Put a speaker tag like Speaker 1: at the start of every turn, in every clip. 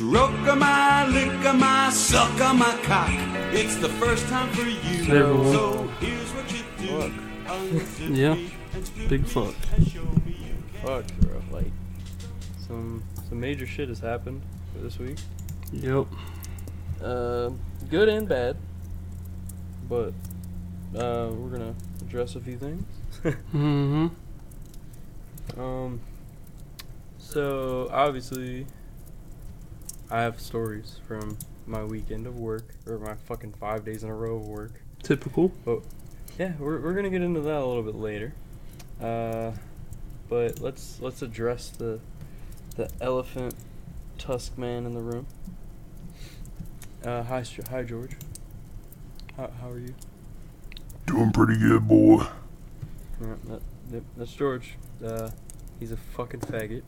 Speaker 1: Look at my, look at my, suck on my cock. It's the first time for you.
Speaker 2: Hey, everyone.
Speaker 1: So here's what you do.
Speaker 3: Fuck.
Speaker 1: Unzip
Speaker 2: Yeah.
Speaker 1: me and strip
Speaker 2: Big
Speaker 1: me
Speaker 2: fuck.
Speaker 1: and show me you can.
Speaker 3: Fuck, bro. Like, some some major shit has happened this week.
Speaker 2: Yep.
Speaker 3: Uh, good and bad. But uh, we're gonna address a few things.
Speaker 2: Mm-hmm.
Speaker 3: Um. So obviously, I have stories from my weekend of work or my fucking five days in a row of work.
Speaker 2: Typical.
Speaker 3: Yeah, we're, we're gonna get into that a little bit later, uh, but let's let's address the the elephant tusk man in the room. Uh, hi, Str- hi, George. How, how are you?
Speaker 4: Doing pretty good, boy.
Speaker 3: Yeah, that, that, that's George. Uh, he's a fucking faggot.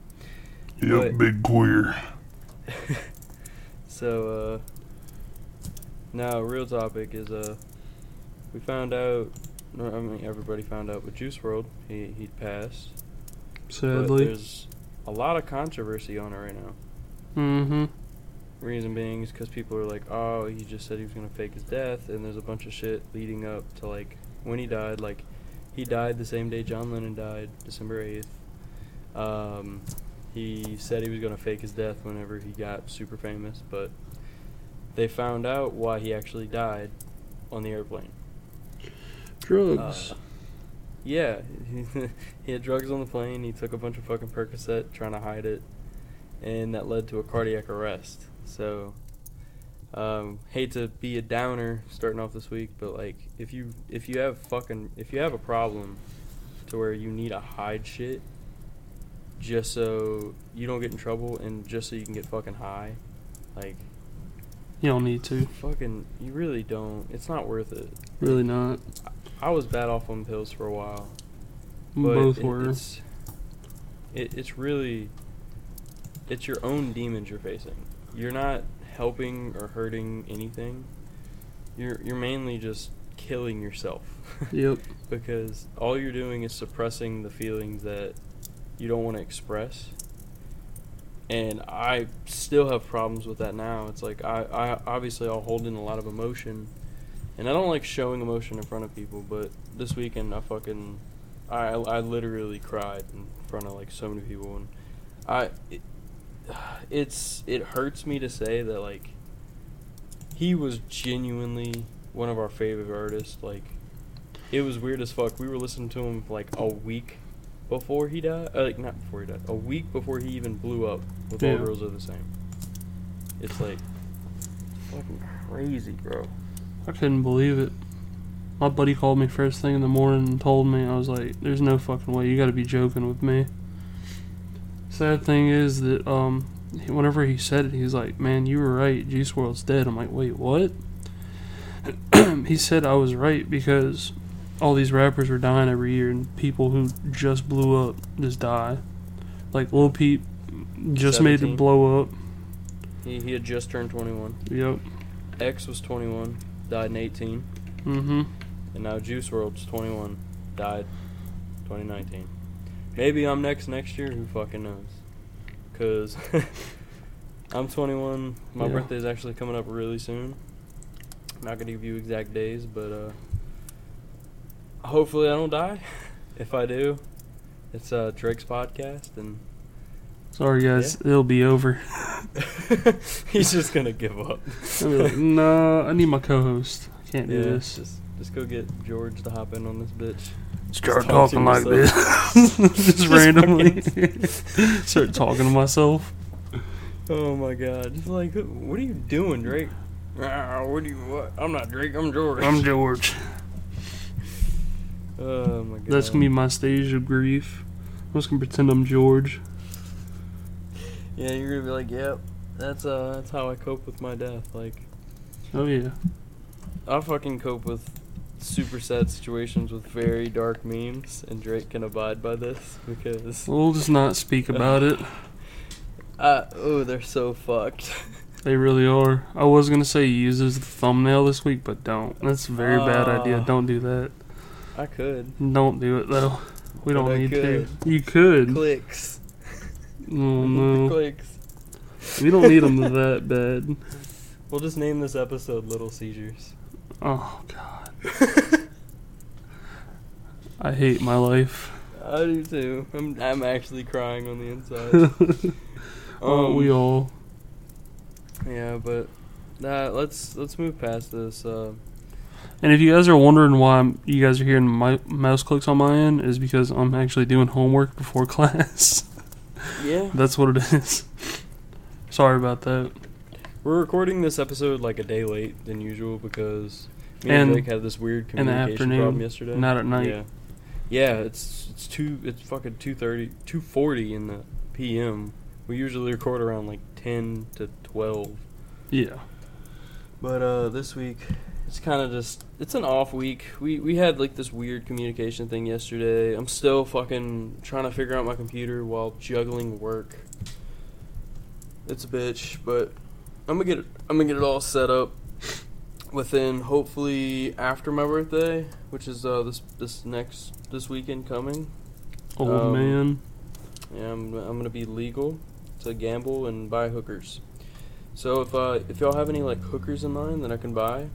Speaker 4: Yep,
Speaker 3: But-
Speaker 4: big queer.
Speaker 3: So, uh, now real topic is uh, we found out. No, I mean everybody found out, but Juice World he he passed. But
Speaker 2: Sadly.
Speaker 3: there's a lot of controversy on it right now.
Speaker 2: Mm-hmm.
Speaker 3: Reason being is because people are like, oh, he just said he was gonna fake his death, and there's a bunch of shit leading up to like when he died. Like, he died the same day John Lennon died, December eighth. Um, he said he was gonna fake his death whenever he got super famous, but they found out why he actually died on the airplane.
Speaker 2: Drugs.
Speaker 3: Uh, yeah, he had drugs on the plane. He took a bunch of fucking Percocet trying to hide it, and that led to a cardiac arrest. So, um, hate to be a downer starting off this week, but like, if you if you have fucking if you have a problem to where you need to hide shit just so you don't get in trouble and just so you can get fucking high, like
Speaker 2: you don't need to.
Speaker 3: fucking you really don't. It's not worth it.
Speaker 2: Really not.
Speaker 3: I was bad off on pills for a while. But
Speaker 2: Both
Speaker 3: it-
Speaker 2: were.
Speaker 3: It's, it, it's really, it's your own demons you're facing. You're not helping or hurting anything. You're you're mainly just killing yourself.
Speaker 2: Yep.
Speaker 3: because all you're doing is suppressing the feelings that you don't want to express. And I still have problems with that now. It's like I, I obviously I'll hold in a lot of emotion, and I don't like showing emotion in front of people. But this weekend I fucking I I literally cried in front of like so many people, and I it, it's it hurts me to say that like he was genuinely one of our favorite artists. Like it was weird as fuck. We were listening to him like a week before he died. uh, Like not before he died. A week before he even blew up with all
Speaker 2: Yeah.
Speaker 3: girls are the same. It's like fucking crazy, bro.
Speaker 2: I couldn't believe it. My buddy called me first thing in the morning and told me, I was like, there's no fucking way. You gotta be joking with me. Sad thing is that, um, he- whenever he said it, he's like, man, you were right. Juice World's dead. I'm like, wait, what? he said I was right because all these rappers are dying every year and people who just blew up just die. Like, Lil Peep just made it
Speaker 3: 17.
Speaker 2: blow up.
Speaker 3: He he had just turned 21.
Speaker 2: Yep.
Speaker 3: X was 21, died in 18,
Speaker 2: Mm hmm.
Speaker 3: and now Juice World's 21, died 2019. Maybe I'm next next year. Who fucking knows? Cause I'm 21. My
Speaker 2: Yeah.
Speaker 3: birthday's actually coming up really soon. not gonna give you exact days, but uh, hopefully I don't die. If I do, it's uh, Drake's podcast, and
Speaker 2: Sorry, guys. It'll be over.
Speaker 3: he's just gonna give up.
Speaker 2: I'd be like, nah, I need my co-host. I can't do
Speaker 3: Yeah,
Speaker 2: this.
Speaker 3: Just, just go get George to hop in on this bitch.
Speaker 2: Start
Speaker 3: Just talk to
Speaker 2: talking like this,
Speaker 3: yourself.
Speaker 2: just, randomly. Start talking to myself.
Speaker 3: Oh my god. It's like, who- what are you doing, Drake? "Ah, What do you what? I'm not Drake, I'm George.
Speaker 2: I'm George.
Speaker 3: Oh my god.
Speaker 2: That's gonna be my stage of grief. I'm just gonna pretend I'm George.
Speaker 3: Yeah, you're gonna be like, yep. That's uh, that's how I cope with my death. Like,
Speaker 2: Oh yeah,
Speaker 3: I fucking cope with super sad situations with very dark memes, and Drake can abide by this because
Speaker 2: we'll just not speak about it.
Speaker 3: uh, oh, they're so fucked.
Speaker 2: They really are. I was gonna say use this as the thumbnail this week, but don't. That's a very bad idea.
Speaker 3: Ah.
Speaker 2: Don't do that.
Speaker 3: I could
Speaker 2: Don't do it though. We
Speaker 3: But
Speaker 2: don't
Speaker 3: I
Speaker 2: need
Speaker 3: could.
Speaker 2: to. You could.
Speaker 3: clicks.
Speaker 2: Oh no.
Speaker 3: clicks.
Speaker 2: We don't need them that bad.
Speaker 3: We'll just name this episode Little Seizures.
Speaker 2: Oh god. I hate my life.
Speaker 3: I do too. I'm, I'm actually crying on the inside.
Speaker 2: Aren't
Speaker 3: Um,
Speaker 2: we all?
Speaker 3: Yeah, but nah, let's let's move past this. Uh,
Speaker 2: And if you guys are wondering why I'm, you guys are hearing my mouse clicks on my end, is because I'm actually doing homework before class.
Speaker 3: yeah,
Speaker 2: That's what it is. Sorry about that.
Speaker 3: we're recording this episode like a day late than usual because me
Speaker 2: And-
Speaker 3: and, Jake had this weird
Speaker 2: in the
Speaker 3: communication
Speaker 2: afternoon,
Speaker 3: problem yesterday.
Speaker 2: not at night.
Speaker 3: Yeah, yeah. It's it's two. It's fucking two thirty, two forty in the p.m. We usually record around like ten to twelve.
Speaker 2: Yeah.
Speaker 3: But uh, this week, it's kind of just it's an off week. We we had like this weird communication thing yesterday. I'm still fucking trying to figure out my computer while juggling work. It's a bitch, but I'm gonna get it, I'm gonna get it all set up within hopefully after my birthday, which is uh, this this next this weekend coming.
Speaker 2: Old
Speaker 3: Um,
Speaker 2: man.
Speaker 3: Yeah, I'm, I'm gonna be legal to gamble and buy hookers. So if uh, if y'all have any like hookers in mind that I can buy,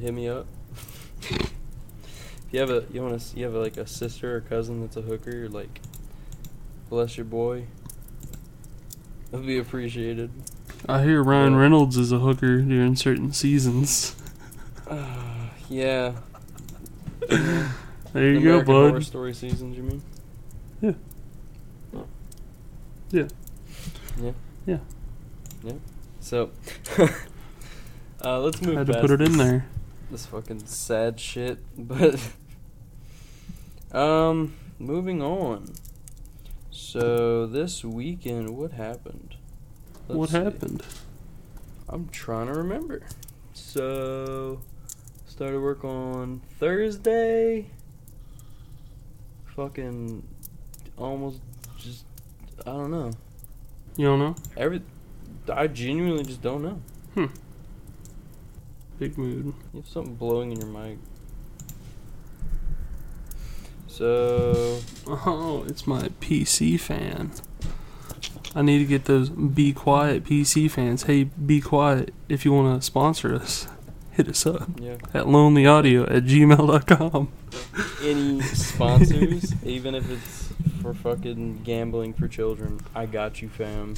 Speaker 3: hit me up. if you have a you want to you have like a sister or cousin that's a hooker, like bless your boy. That'd be appreciated.
Speaker 2: I hear Ryan
Speaker 3: yeah.
Speaker 2: Reynolds is a hooker during certain seasons.
Speaker 3: Yeah.
Speaker 2: There you
Speaker 3: American
Speaker 2: go,
Speaker 3: Horror
Speaker 2: bud.
Speaker 3: Story seasons, you mean?
Speaker 2: Yeah. Yeah.
Speaker 3: Yeah.
Speaker 2: Yeah.
Speaker 3: Yeah. So, uh, let's move.
Speaker 2: Had to
Speaker 3: past
Speaker 2: put it in
Speaker 3: this-
Speaker 2: there.
Speaker 3: This fucking sad shit, but um, moving on. So this weekend, what happened? Let's
Speaker 2: what
Speaker 3: see.
Speaker 2: happened?
Speaker 3: I'm trying to remember. So, started work on Thursday. Fucking almost just, I don't know.
Speaker 2: You don't know?
Speaker 3: Every, I genuinely just don't know.
Speaker 2: Hmm. Big mood.
Speaker 3: You have something blowing in your mic. So,
Speaker 2: Oh, it's my PC fan. I need to get those be quiet PC fans. Hey, be quiet. If you want to sponsor us, hit us up
Speaker 3: yeah.
Speaker 2: at lonelyaudio at gmail.com.
Speaker 3: Any sponsors, even if it's for fucking gambling for children, I got you, fam.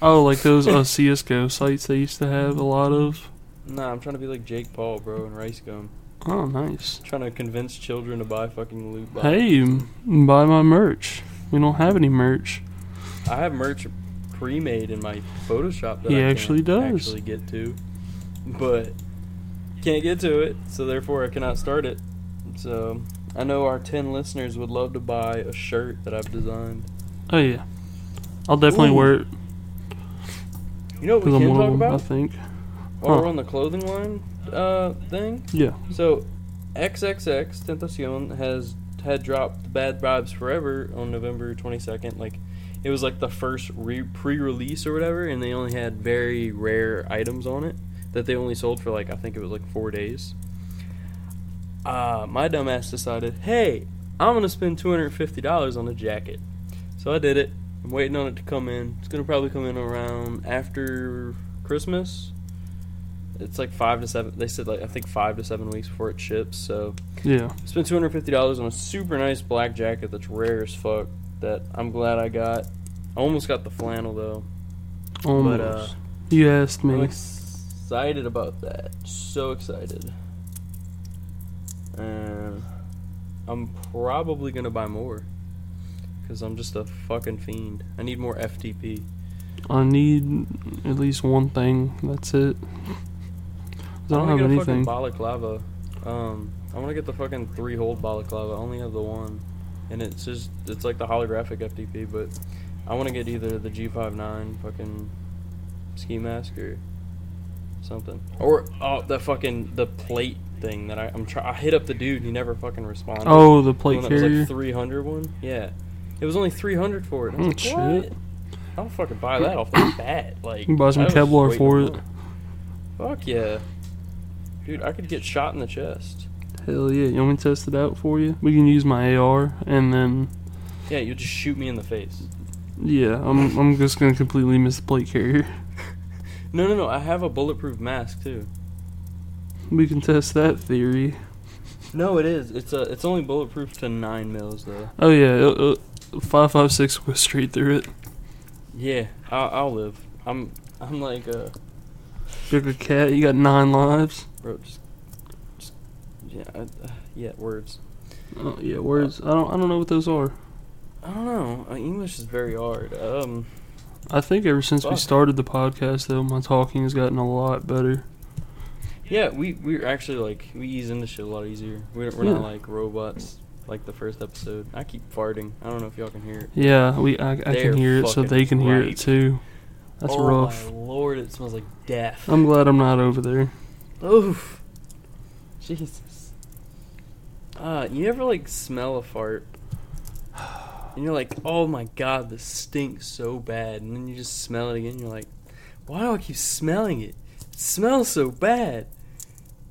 Speaker 2: Oh, like those uh, CSGO sites they used to have a lot of.
Speaker 3: Nah, I'm trying to be like Jake Paul, bro, and Rice Gum.
Speaker 2: Oh, nice.
Speaker 3: Trying to convince children to buy fucking loot boxes.
Speaker 2: Hey, m- buy my merch. We don't have any merch.
Speaker 3: I have merch pre-made in my Photoshop that
Speaker 2: He
Speaker 3: I can't
Speaker 2: actually does.
Speaker 3: actually get to, but can't get to it, so therefore I cannot start it. So I know our ten listeners would love to buy a shirt that I've designed.
Speaker 2: Oh, yeah. I'll definitely
Speaker 3: Ooh.
Speaker 2: wear it
Speaker 3: You know what we
Speaker 2: because I'm
Speaker 3: can
Speaker 2: one
Speaker 3: talk
Speaker 2: of them, I
Speaker 3: about
Speaker 2: think.
Speaker 3: while we're
Speaker 2: huh.
Speaker 3: on the clothing line uh, thing?
Speaker 2: Yeah.
Speaker 3: So XXX Tentacion has had dropped Bad Vibes Forever on November 22nd. Like it was like the first re- pre-release or whatever, and they only had very rare items on it that they only sold for like I think it was like four days. Uh, my dumbass decided, hey, I'm gonna spend two hundred fifty dollars on a jacket, so I did it. I'm waiting on it to come in. It's gonna probably come in around after Christmas. It's like five to seven. They said like I think five to seven weeks before it ships. So
Speaker 2: Yeah.
Speaker 3: Spent two hundred fifty dollars on a super nice black jacket that's rare as fuck. That I'm glad I got. I almost got the flannel though.
Speaker 2: Almost.
Speaker 3: But uh,
Speaker 2: you asked
Speaker 3: I'm
Speaker 2: me.
Speaker 3: excited about that. So excited. And I'm probably gonna buy more. Cause I'm just a fucking fiend. I need more FTP.
Speaker 2: I need at least one thing. That's it. 'Cause I don't
Speaker 3: wanna
Speaker 2: have
Speaker 3: get a fucking
Speaker 2: anything.
Speaker 3: balaclava. Um, I want to get the fucking three-hole balaclava. I only have the one, and it's just it's like the holographic FTP. But I want to get either the G59 fucking ski mask or something, or oh that fucking the plate thing that I I'm try- I hit up the dude and he never fucking responded.
Speaker 2: Oh, the
Speaker 3: The
Speaker 2: plate
Speaker 3: one that was
Speaker 2: carrier.
Speaker 3: like 300 one. Yeah, it was only 300 for it. I was
Speaker 2: Oh,
Speaker 3: like,
Speaker 2: shit.
Speaker 3: what? I don't fucking buy that off the bat. Like,
Speaker 2: You can buy some
Speaker 3: that was
Speaker 2: Kevlar
Speaker 3: way
Speaker 2: for
Speaker 3: too
Speaker 2: it.
Speaker 3: much. Fuck yeah, dude! I could get shot in the chest.
Speaker 2: Hell yeah! You want me to test it out for you? We can use my AR and then
Speaker 3: Yeah, you just shoot me in the face.
Speaker 2: Yeah, I'm I'm just gonna completely miss the plate carrier.
Speaker 3: No, no, no. I have a bulletproof mask too.
Speaker 2: We can test that theory.
Speaker 3: No, it is. It's a. It's only bulletproof to nine mils though.
Speaker 2: Oh yeah, uh, uh, five five six goes straight through it.
Speaker 3: Yeah, I, I'll live. I'm. I'm like uh, a.
Speaker 2: Bigger cat, you got nine lives.
Speaker 3: Bro, just, just yeah, I, uh, yeah, words.
Speaker 2: Oh, yeah, words. I don't I don't know what those are.
Speaker 3: I don't know. Uh, English is very hard. Um,
Speaker 2: I think ever since we
Speaker 3: Fuck.
Speaker 2: started the podcast though, my talking has gotten a lot better.
Speaker 3: yeah, we we're actually like we ease into shit a lot easier. We're, we're
Speaker 2: Yeah.
Speaker 3: not like robots like the first episode. I keep farting. I don't know if y'all can hear it.
Speaker 2: Yeah, we I, I
Speaker 3: They're
Speaker 2: can hear it, so
Speaker 3: fucking
Speaker 2: they can hear
Speaker 3: ripe.
Speaker 2: it too. That's
Speaker 3: oh
Speaker 2: rough.
Speaker 3: my lord, it smells like death.
Speaker 2: I'm glad I'm not over there.
Speaker 3: Oof. Jesus. Uh, you ever like smell a fart? And you're like, oh my god, this stinks so bad. And then you just smell it again. And you're like, why do I keep smelling it? It smells so bad.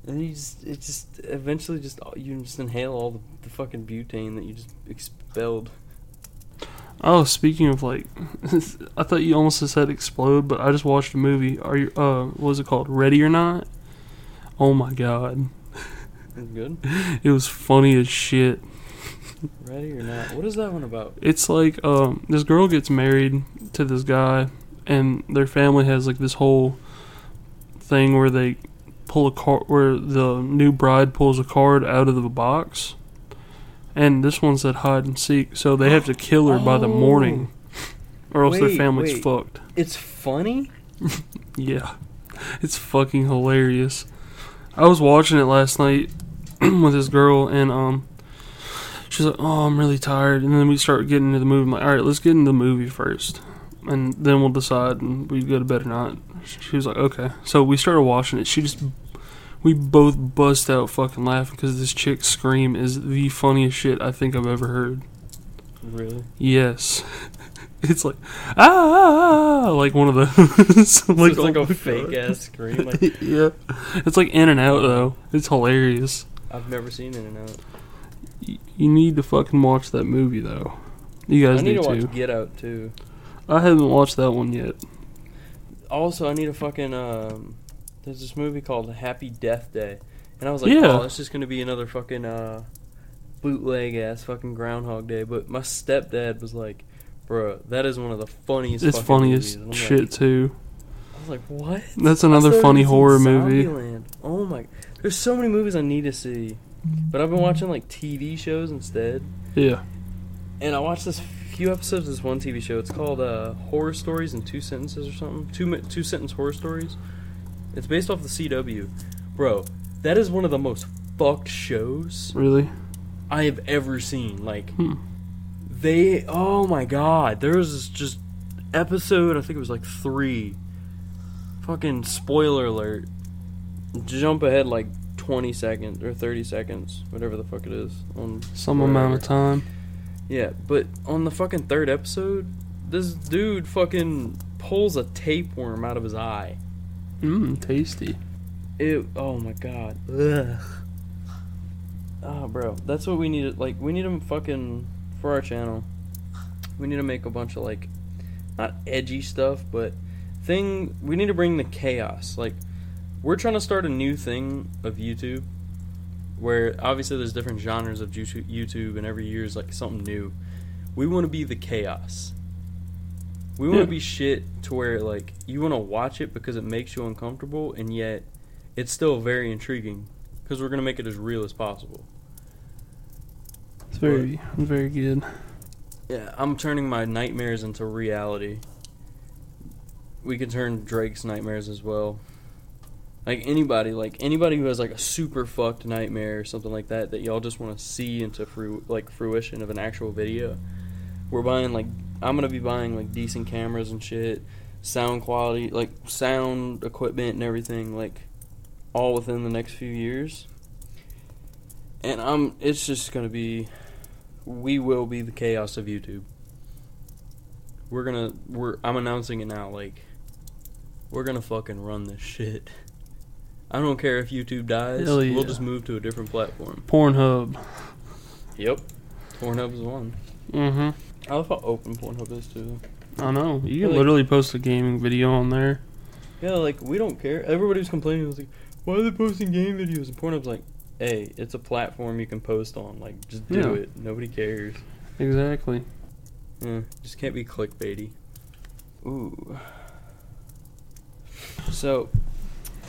Speaker 3: And you just, it just eventually just, uh, you just inhale all the, the fucking butane that you just expelled.
Speaker 2: Oh, speaking of like, I thought you almost said explode, but I just watched a movie. Are you? Uh, what was it called? Ready or not? Oh my god,
Speaker 3: Is it good?
Speaker 2: it was funny as shit.
Speaker 3: Ready or not? What is that one about?
Speaker 2: It's like um, this girl gets married to this guy, and their family has like this whole thing where they pull a card, where the new bride pulls a card out of the box, and this one said hide and seek. So they have to kill her by the morning, or else their
Speaker 3: Wait,
Speaker 2: family's
Speaker 3: wait.
Speaker 2: fucked.
Speaker 3: It's funny?
Speaker 2: Yeah. It's fucking hilarious. I was watching it last night with this girl and um she's like, "Oh, I'm really tired." And then we start getting into the movie. I'm like, "All right, let's get into the movie first. And then we'll decide and we go to bed or not." She was like, "Okay." So we started watching it. She just we both bust out fucking laughing cuz this chick's scream is the funniest shit I think I've ever heard.
Speaker 3: Really?
Speaker 2: Yes. It's like ah, ah, ah," like one of those
Speaker 3: Like, it's
Speaker 2: oh
Speaker 3: like
Speaker 2: my
Speaker 3: a
Speaker 2: God.
Speaker 3: fake ass scream. Like,
Speaker 2: yeah. It's like in and out though. It's hilarious.
Speaker 3: I've never seen In and Out.
Speaker 2: Y- You need to fucking watch that movie though. You guys
Speaker 3: I need
Speaker 2: do
Speaker 3: to
Speaker 2: too.
Speaker 3: watch Get Out too.
Speaker 2: I haven't watched that one yet.
Speaker 3: Also, I need a fucking um. There's this movie called Happy Death Day, and I was like,
Speaker 2: Yeah.
Speaker 3: oh, it's just gonna be another fucking uh, bootleg ass fucking Groundhog Day. But my stepdad was like, bro, that is one of the funniest.
Speaker 2: It's
Speaker 3: fucking
Speaker 2: funny
Speaker 3: movies.
Speaker 2: as
Speaker 3: And I'm
Speaker 2: shit
Speaker 3: Like,
Speaker 2: too.
Speaker 3: I was like, what?
Speaker 2: That's
Speaker 3: I
Speaker 2: another
Speaker 3: still
Speaker 2: funny
Speaker 3: haven't seen
Speaker 2: horror movie.
Speaker 3: Zombieland. Oh my, there's so many movies I need to see, but I've been watching like TV shows instead.
Speaker 2: Yeah.
Speaker 3: And I watched this few episodes of this one TV show. It's called uh, Horror Stories in Two Sentences or something. Two mi- two sentence horror stories. It's based off the CW, bro. That is one of the most fucked shows
Speaker 2: Really?
Speaker 3: I have ever seen. Like
Speaker 2: Hmm.
Speaker 3: they, oh my god, there was this just episode. I think it was like three. Fucking spoiler alert! Jump ahead like twenty seconds or thirty seconds, whatever the fuck it is. On
Speaker 2: Some
Speaker 3: wherever.
Speaker 2: amount of time.
Speaker 3: Yeah, but on the fucking third episode, this dude fucking pulls a tapeworm out of his eye.
Speaker 2: Mmm, tasty.
Speaker 3: It. Oh my god. Ugh. Ah, bro, that's what we need. Like, we need to fucking for our channel. We need to make a bunch of like, not edgy stuff, but thing. We need to bring the chaos. Like, we're trying to start a new thing of YouTube, where obviously there's different genres of Ju- YouTube, and every year is like something new. We want to be the chaos. We want to
Speaker 2: Yeah.
Speaker 3: be shit to where like you want to watch it because it makes you uncomfortable, and yet it's still very intriguing because we're gonna make it as real as possible.
Speaker 2: It's very very good.
Speaker 3: Yeah, I'm turning my nightmares into reality. We could turn Drake's nightmares as well. Like anybody, like anybody who has like a super fucked nightmare or something like that that y'all just want to see into fru- like fruition of an actual video. We're buying like I'm gonna be buying like decent cameras and shit, sound quality, like sound equipment and everything, like all within the next few years. And I'm it's just gonna be we will be the chaos of YouTube. We're gonna we're I'm announcing it now, like we're gonna fucking run this shit. I don't care if YouTube dies,
Speaker 2: Hell yeah.
Speaker 3: we'll just move to a different platform.
Speaker 2: Pornhub.
Speaker 3: Yep. Pornhub is one.
Speaker 2: Mm-hmm.
Speaker 3: Mm-hmm. I love how open Pornhub is too. though.
Speaker 2: I know. You can
Speaker 3: Like-
Speaker 2: literally post a gaming video on there.
Speaker 3: Yeah, like we don't care. Everybody was complaining. Was like, why are they posting game videos? And Pornhub's like, hey, it's a platform you can post on. Like, just do
Speaker 2: Yeah.
Speaker 3: it. Nobody cares.
Speaker 2: Exactly.
Speaker 3: Yeah, just can't be clickbaity. Ooh. So,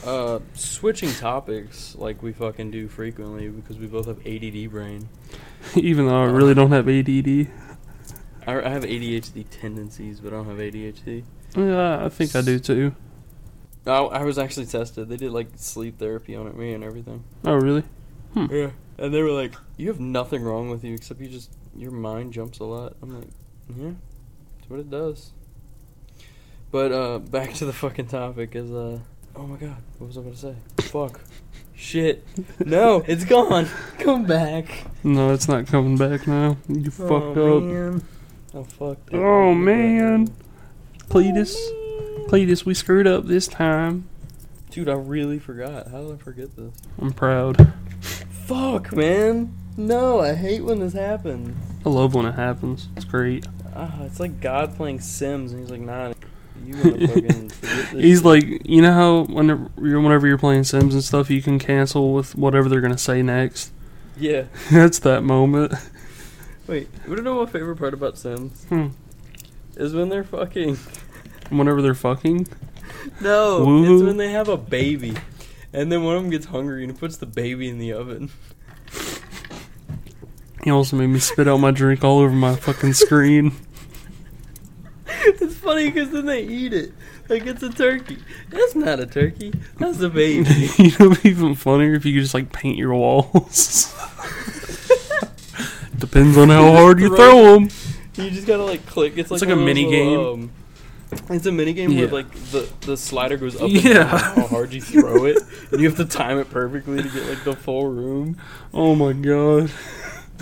Speaker 3: uh, switching topics like we fucking do frequently because we both have ADD brain.
Speaker 2: Even though I
Speaker 3: Uh.
Speaker 2: really don't have ADD.
Speaker 3: I, I have ADHD tendencies, but I don't have ADHD.
Speaker 2: Yeah, I think I do too.
Speaker 3: I, I was actually tested. They did like sleep therapy on me and everything.
Speaker 2: Oh, really?
Speaker 3: Yeah, and they were like, "You have nothing wrong with you except you just your mind jumps a lot." I'm like, "Yeah, that's what it does." But uh, back to the fucking topic is uh, oh my god, what was I gonna say? Fuck, shit, no, it's gone. Come back.
Speaker 2: No, it's not coming back now. You fucked up.
Speaker 3: Oh, Man. I fucked up.
Speaker 2: Oh, man. Cletus. Cletus, we screwed up this time.
Speaker 3: dude, I really forgot. How did I forget this?
Speaker 2: I'm proud.
Speaker 3: Fuck, man. No, I hate when this happens.
Speaker 2: I love when it happens. It's great.
Speaker 3: Ah, it's like God playing Sims, and he's like, nah, you want to fucking forget this.
Speaker 2: He's like, you know how whenever you're, whenever you're playing Sims and stuff, you can cancel with whatever they're gonna say next.
Speaker 3: yeah.
Speaker 2: That's that moment.
Speaker 3: Wait, you wanna know my favorite part about Sims?
Speaker 2: Hmm.
Speaker 3: Is when they're fucking.
Speaker 2: Whenever they're fucking.
Speaker 3: No, it's
Speaker 2: Woohoo.
Speaker 3: when they have a baby, and then one of them gets hungry and puts the baby in the oven.
Speaker 2: He also made me spit out my drink all over my fucking screen.
Speaker 3: it's funny because then they eat it like it's a turkey. That's not a turkey. That's a baby.
Speaker 2: you know, it'd be even funnier if you could just like paint your walls. Depends on how hard you throw them.
Speaker 3: You just gotta like click. It's like,
Speaker 2: like a
Speaker 3: one of those
Speaker 2: mini
Speaker 3: little, Um, it's a mini game where
Speaker 2: Yeah.
Speaker 3: like the the slider goes up and
Speaker 2: Yeah.
Speaker 3: down how hard you throw it, and you have to time it perfectly to get like the full room.
Speaker 2: Oh my god!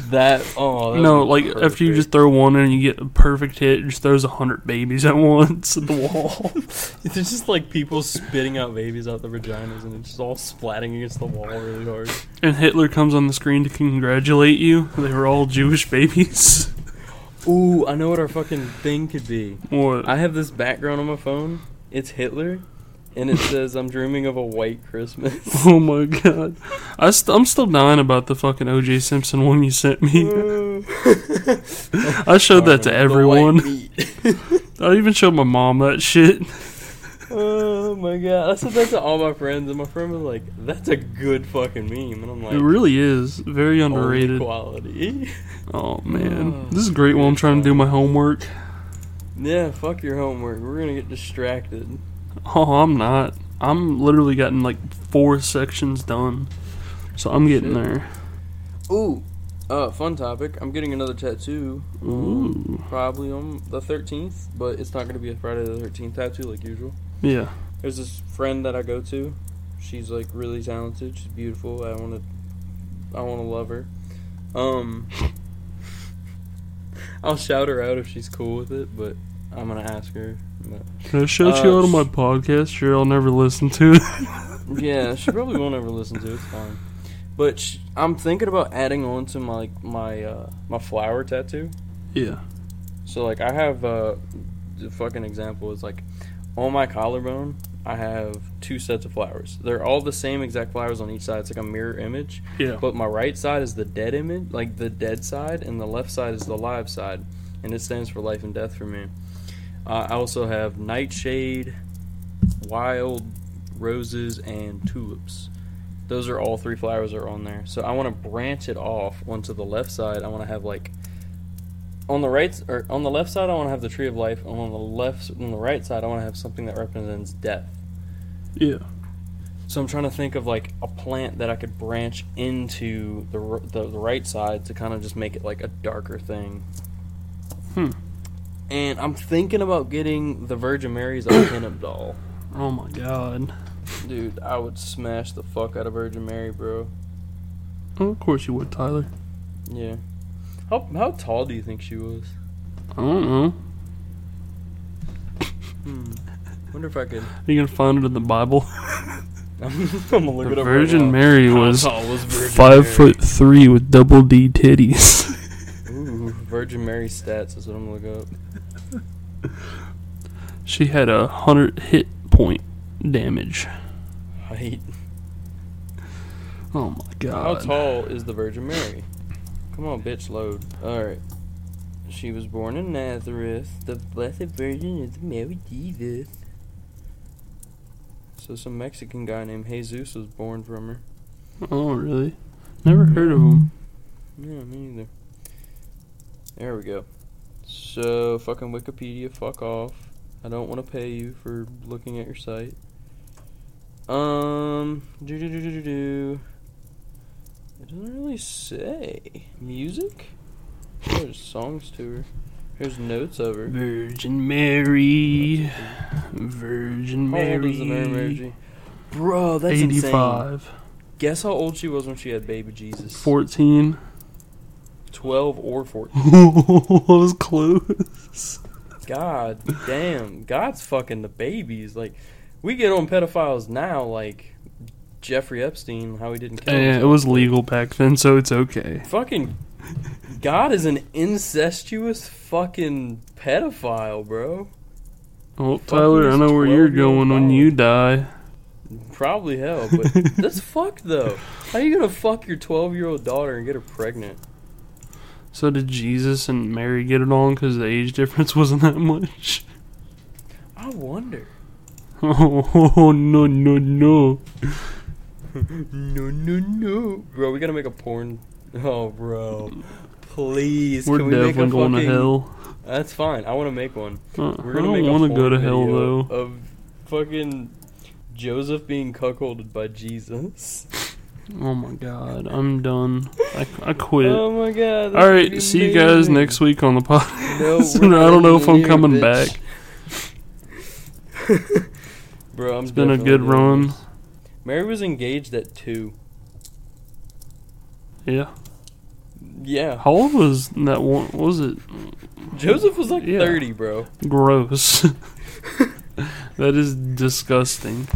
Speaker 3: That oh that
Speaker 2: No,
Speaker 3: would
Speaker 2: like
Speaker 3: be
Speaker 2: after you
Speaker 3: perfect.
Speaker 2: just throw one and you get a perfect hit, it just throws a hundred babies at once at the wall.
Speaker 3: It's just like people spitting out babies out the vaginas, and it's just all splatting against the wall really hard.
Speaker 2: and Hitler comes on the screen to congratulate you. They were all Jewish babies.
Speaker 3: Ooh, I know what our fucking thing could be.
Speaker 2: What?
Speaker 3: I have this background on my phone. It's Hitler, and it says I'm dreaming of a white Christmas.
Speaker 2: oh my god! I st- I'm still dying about the fucking O.J. Simpson one you sent me. I showed that to
Speaker 3: Mm. The white
Speaker 2: everyone.
Speaker 3: meat.
Speaker 2: I even showed my mom that shit.
Speaker 3: oh my god! I said that to all my friends, and my friend was like, "That's a good fucking meme," and I'm like,
Speaker 2: It really is very
Speaker 3: "Only
Speaker 2: underrated.
Speaker 3: quality."
Speaker 2: Oh man,
Speaker 3: Oh,
Speaker 2: this is great while I'm trying to do my homework.
Speaker 3: yeah, fuck your homework. We're gonna get distracted.
Speaker 2: Oh, I'm not. I'm literally gotten like four sections done, so I'm getting
Speaker 3: Shit.
Speaker 2: there.
Speaker 3: Ooh, uh, fun topic. I'm getting another tattoo. um,
Speaker 2: Ooh.
Speaker 3: Probably on the 13th, but it's not gonna be a Friday the 13th tattoo like usual.
Speaker 2: Yeah.
Speaker 3: There's this friend that I go to. She's like really talented. She's beautiful. I want to, I want to love her. Um, I'll shout her out if she's cool with it, but I'm gonna ask her. But
Speaker 2: Can I shout
Speaker 3: Uh,
Speaker 2: you out on
Speaker 3: sh-
Speaker 2: my podcast? Sure, I'll never listen to it.
Speaker 3: yeah, she probably won't ever listen to it. It's fine. But sh I'm thinking about adding on to my like, my uh, my flower tattoo.
Speaker 2: yeah.
Speaker 3: So like I have uh, the fucking example is like on my collarbone I have two sets of flowers. They're all the same exact flowers on each side. It's like a mirror image.
Speaker 2: Yeah.
Speaker 3: But my right side is the dead image, like the dead side, and the left side is the live side, and it stands for life and death for me. Uh, I also have nightshade, wild roses, and tulips. Those are all three flowers are on there. So I want to branch it off onto the left side. I want to have like on the right or on the left side. I want to have the tree of life, and on the left on the right side, I want to have something that represents death.
Speaker 2: yeah.
Speaker 3: So I'm trying to think of like a plant that I could branch into the r- the, the right side to kind of just make it like a darker thing.
Speaker 2: Hmm.
Speaker 3: And I'm thinking about getting the Virgin Mary's eye pinup doll.
Speaker 2: Oh my god.
Speaker 3: Dude, I would smash the fuck out of Virgin Mary, bro.
Speaker 2: Oh, of course you would, Tyler.
Speaker 3: Yeah. How how tall do you think she was?
Speaker 2: I don't know.
Speaker 3: Hmm. Wonder if I could.
Speaker 2: Are you gonna find it in the Bible?
Speaker 3: I'm gonna look
Speaker 2: The
Speaker 3: it up. right now.
Speaker 2: Virgin Mary
Speaker 3: How
Speaker 2: was
Speaker 3: tall was Virgin
Speaker 2: five
Speaker 3: Mary?
Speaker 2: foot three with double D titties.
Speaker 3: Ooh, Virgin Mary stats is what I'm gonna look up.
Speaker 2: She had a hundred hit point damage.
Speaker 3: Height.
Speaker 2: Oh my
Speaker 3: How
Speaker 2: god.
Speaker 3: tall is the Virgin Mary? Come on, bitch, load. Alright. She was born in Nazareth. The Blessed Virgin is Mary Jesus. So some Mexican guy named Jesus was born from her.
Speaker 2: Oh really? Never heard of him.
Speaker 3: Yeah, me neither. There we go. So fucking Wikipedia, fuck off. I don't want to pay you for looking at your site. Um, do do do do do do. It doesn't really say music. There's songs to her. There's notes of her.
Speaker 2: Virgin Mary. Virgin
Speaker 3: How
Speaker 2: Mary.
Speaker 3: old is the Mary Mary G? Bro, that's 85. insane.
Speaker 2: 85.
Speaker 3: Guess how old she was when she had baby Jesus?
Speaker 2: 14.
Speaker 3: 12 or 14.
Speaker 2: I was close.
Speaker 3: God damn. God's fucking the babies. Like, we get on pedophiles now, like Jeffrey Epstein, how he didn't kill
Speaker 2: Yeah, it
Speaker 3: himself.
Speaker 2: was legal back then, so it's okay.
Speaker 3: Fucking. God is an incestuous fucking pedophile, bro.
Speaker 2: Well, Tyler, I
Speaker 3: this
Speaker 2: know where you're
Speaker 3: 12-year-old
Speaker 2: going when
Speaker 3: dog.
Speaker 2: you die.
Speaker 3: Probably hell, but that's fucked though. How you gonna fuck your 12 year old daughter and get her pregnant?
Speaker 2: So did Jesus and Mary get it on because the age difference wasn't that much?
Speaker 3: I wonder.
Speaker 2: Oh, no, no, no.
Speaker 3: No, no, no. Bro, we gotta make a porn. Oh, bro. Please.
Speaker 2: We're
Speaker 3: can we make
Speaker 2: definitely
Speaker 3: a
Speaker 2: going
Speaker 3: fucking...
Speaker 2: to hell.
Speaker 3: That's fine. I wanna make one.
Speaker 2: Uh, I
Speaker 3: We're gonna
Speaker 2: don't
Speaker 3: make
Speaker 2: want to
Speaker 3: a
Speaker 2: go to
Speaker 3: porn
Speaker 2: hell,
Speaker 3: video
Speaker 2: though.
Speaker 3: Of fucking Joseph being cuckolded by Jesus.
Speaker 2: Oh, my God. I'm done. I, I quit.
Speaker 3: Oh my god!
Speaker 2: All right, see you guys next week on the podcast.
Speaker 3: No,
Speaker 2: I don't know if I'm coming back.
Speaker 3: Bro, I'm it's
Speaker 2: been a good run.
Speaker 3: Mary was engaged at two.
Speaker 2: Yeah.
Speaker 3: Yeah,
Speaker 2: How old was that one? what Was it
Speaker 3: Joseph was like
Speaker 2: Yeah.
Speaker 3: thirty, bro.
Speaker 2: gross? that is disgusting.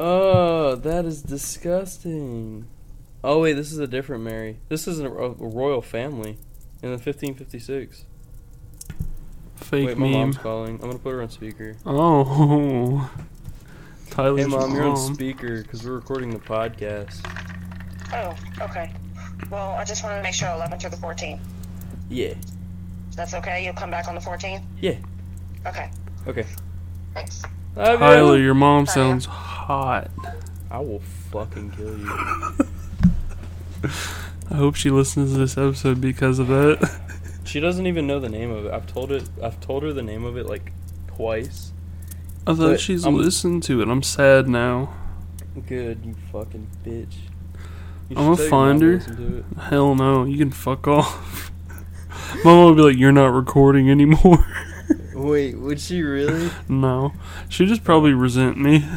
Speaker 3: Oh, that is disgusting. Oh wait, this is a different Mary. This isn't a, a royal family. In the 1556.
Speaker 2: Fake
Speaker 3: wait, my
Speaker 2: meme.
Speaker 3: mom's calling. I'm gonna put her on speaker.
Speaker 2: Oh. Tyler's
Speaker 3: Hey, mom, you're on
Speaker 2: mom.
Speaker 3: speaker because we're recording the podcast.
Speaker 5: Oh, okay. Well, I just wanted to make sure 11th through the 14th.
Speaker 3: Yeah.
Speaker 5: That's okay? You'll come back on the 14th?
Speaker 3: Yeah.
Speaker 5: Okay,
Speaker 3: Okay.
Speaker 5: thanks.
Speaker 2: Tyler, your mom
Speaker 5: Tyler.
Speaker 2: sounds hot.
Speaker 3: I will fucking kill you.
Speaker 2: I hope she listens to this episode because of that.
Speaker 3: She doesn't even know the name of it. I've told it. I've told her the name of it like twice.
Speaker 2: I thought
Speaker 3: But
Speaker 2: she's
Speaker 3: I'm-
Speaker 2: listened to it. I'm sad now.
Speaker 3: Good, you fucking bitch. You
Speaker 2: I'ma
Speaker 3: should tell your
Speaker 2: find
Speaker 3: mom to
Speaker 2: her.
Speaker 3: listen to it.
Speaker 2: Hell no, you can fuck off. My mom would be like, "You're not recording anymore."
Speaker 3: Wait, would she really?
Speaker 2: no, she just probably resent me.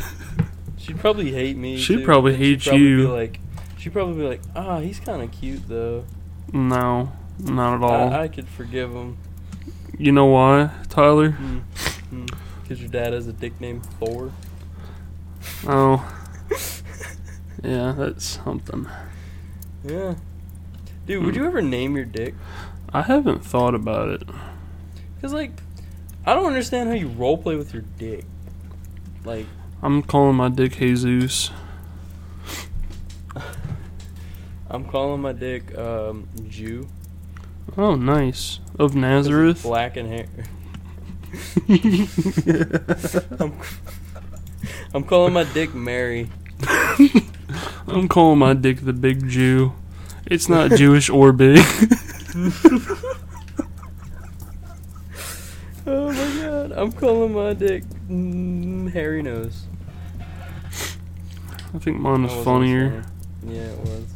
Speaker 3: She'd probably hate me.
Speaker 2: She'd
Speaker 3: too,
Speaker 2: probably
Speaker 3: and
Speaker 2: hate
Speaker 3: she'd probably Be
Speaker 2: you.
Speaker 3: like, she'd probably be like, ah, he's kind of cute though.
Speaker 2: No, not at all.
Speaker 3: I, I could forgive him.
Speaker 2: you know why, Tyler?
Speaker 3: Cause your dad has a dick named Thor.
Speaker 2: Oh, yeah, that's something.
Speaker 3: Yeah. Hmm. Dude, would you ever name your dick?
Speaker 2: I haven't thought about it.
Speaker 3: Cause like, I don't understand how you role play with your dick. Like,
Speaker 2: I'm calling my dick Jesus.
Speaker 3: I'm calling my dick um, Jew. 'cause
Speaker 2: Oh, nice. Of
Speaker 3: it's
Speaker 2: Nazareth.
Speaker 3: Black and hair. I'm, I'm calling my dick Mary.
Speaker 2: I'm calling my dick the Big Jew. It's not Jewish or big.
Speaker 3: Oh my god. I'm calling my dick mm, Hairy Nose.
Speaker 2: I think mine
Speaker 3: That
Speaker 2: is
Speaker 3: wasn't
Speaker 2: funnier.
Speaker 3: funny. Yeah, it was.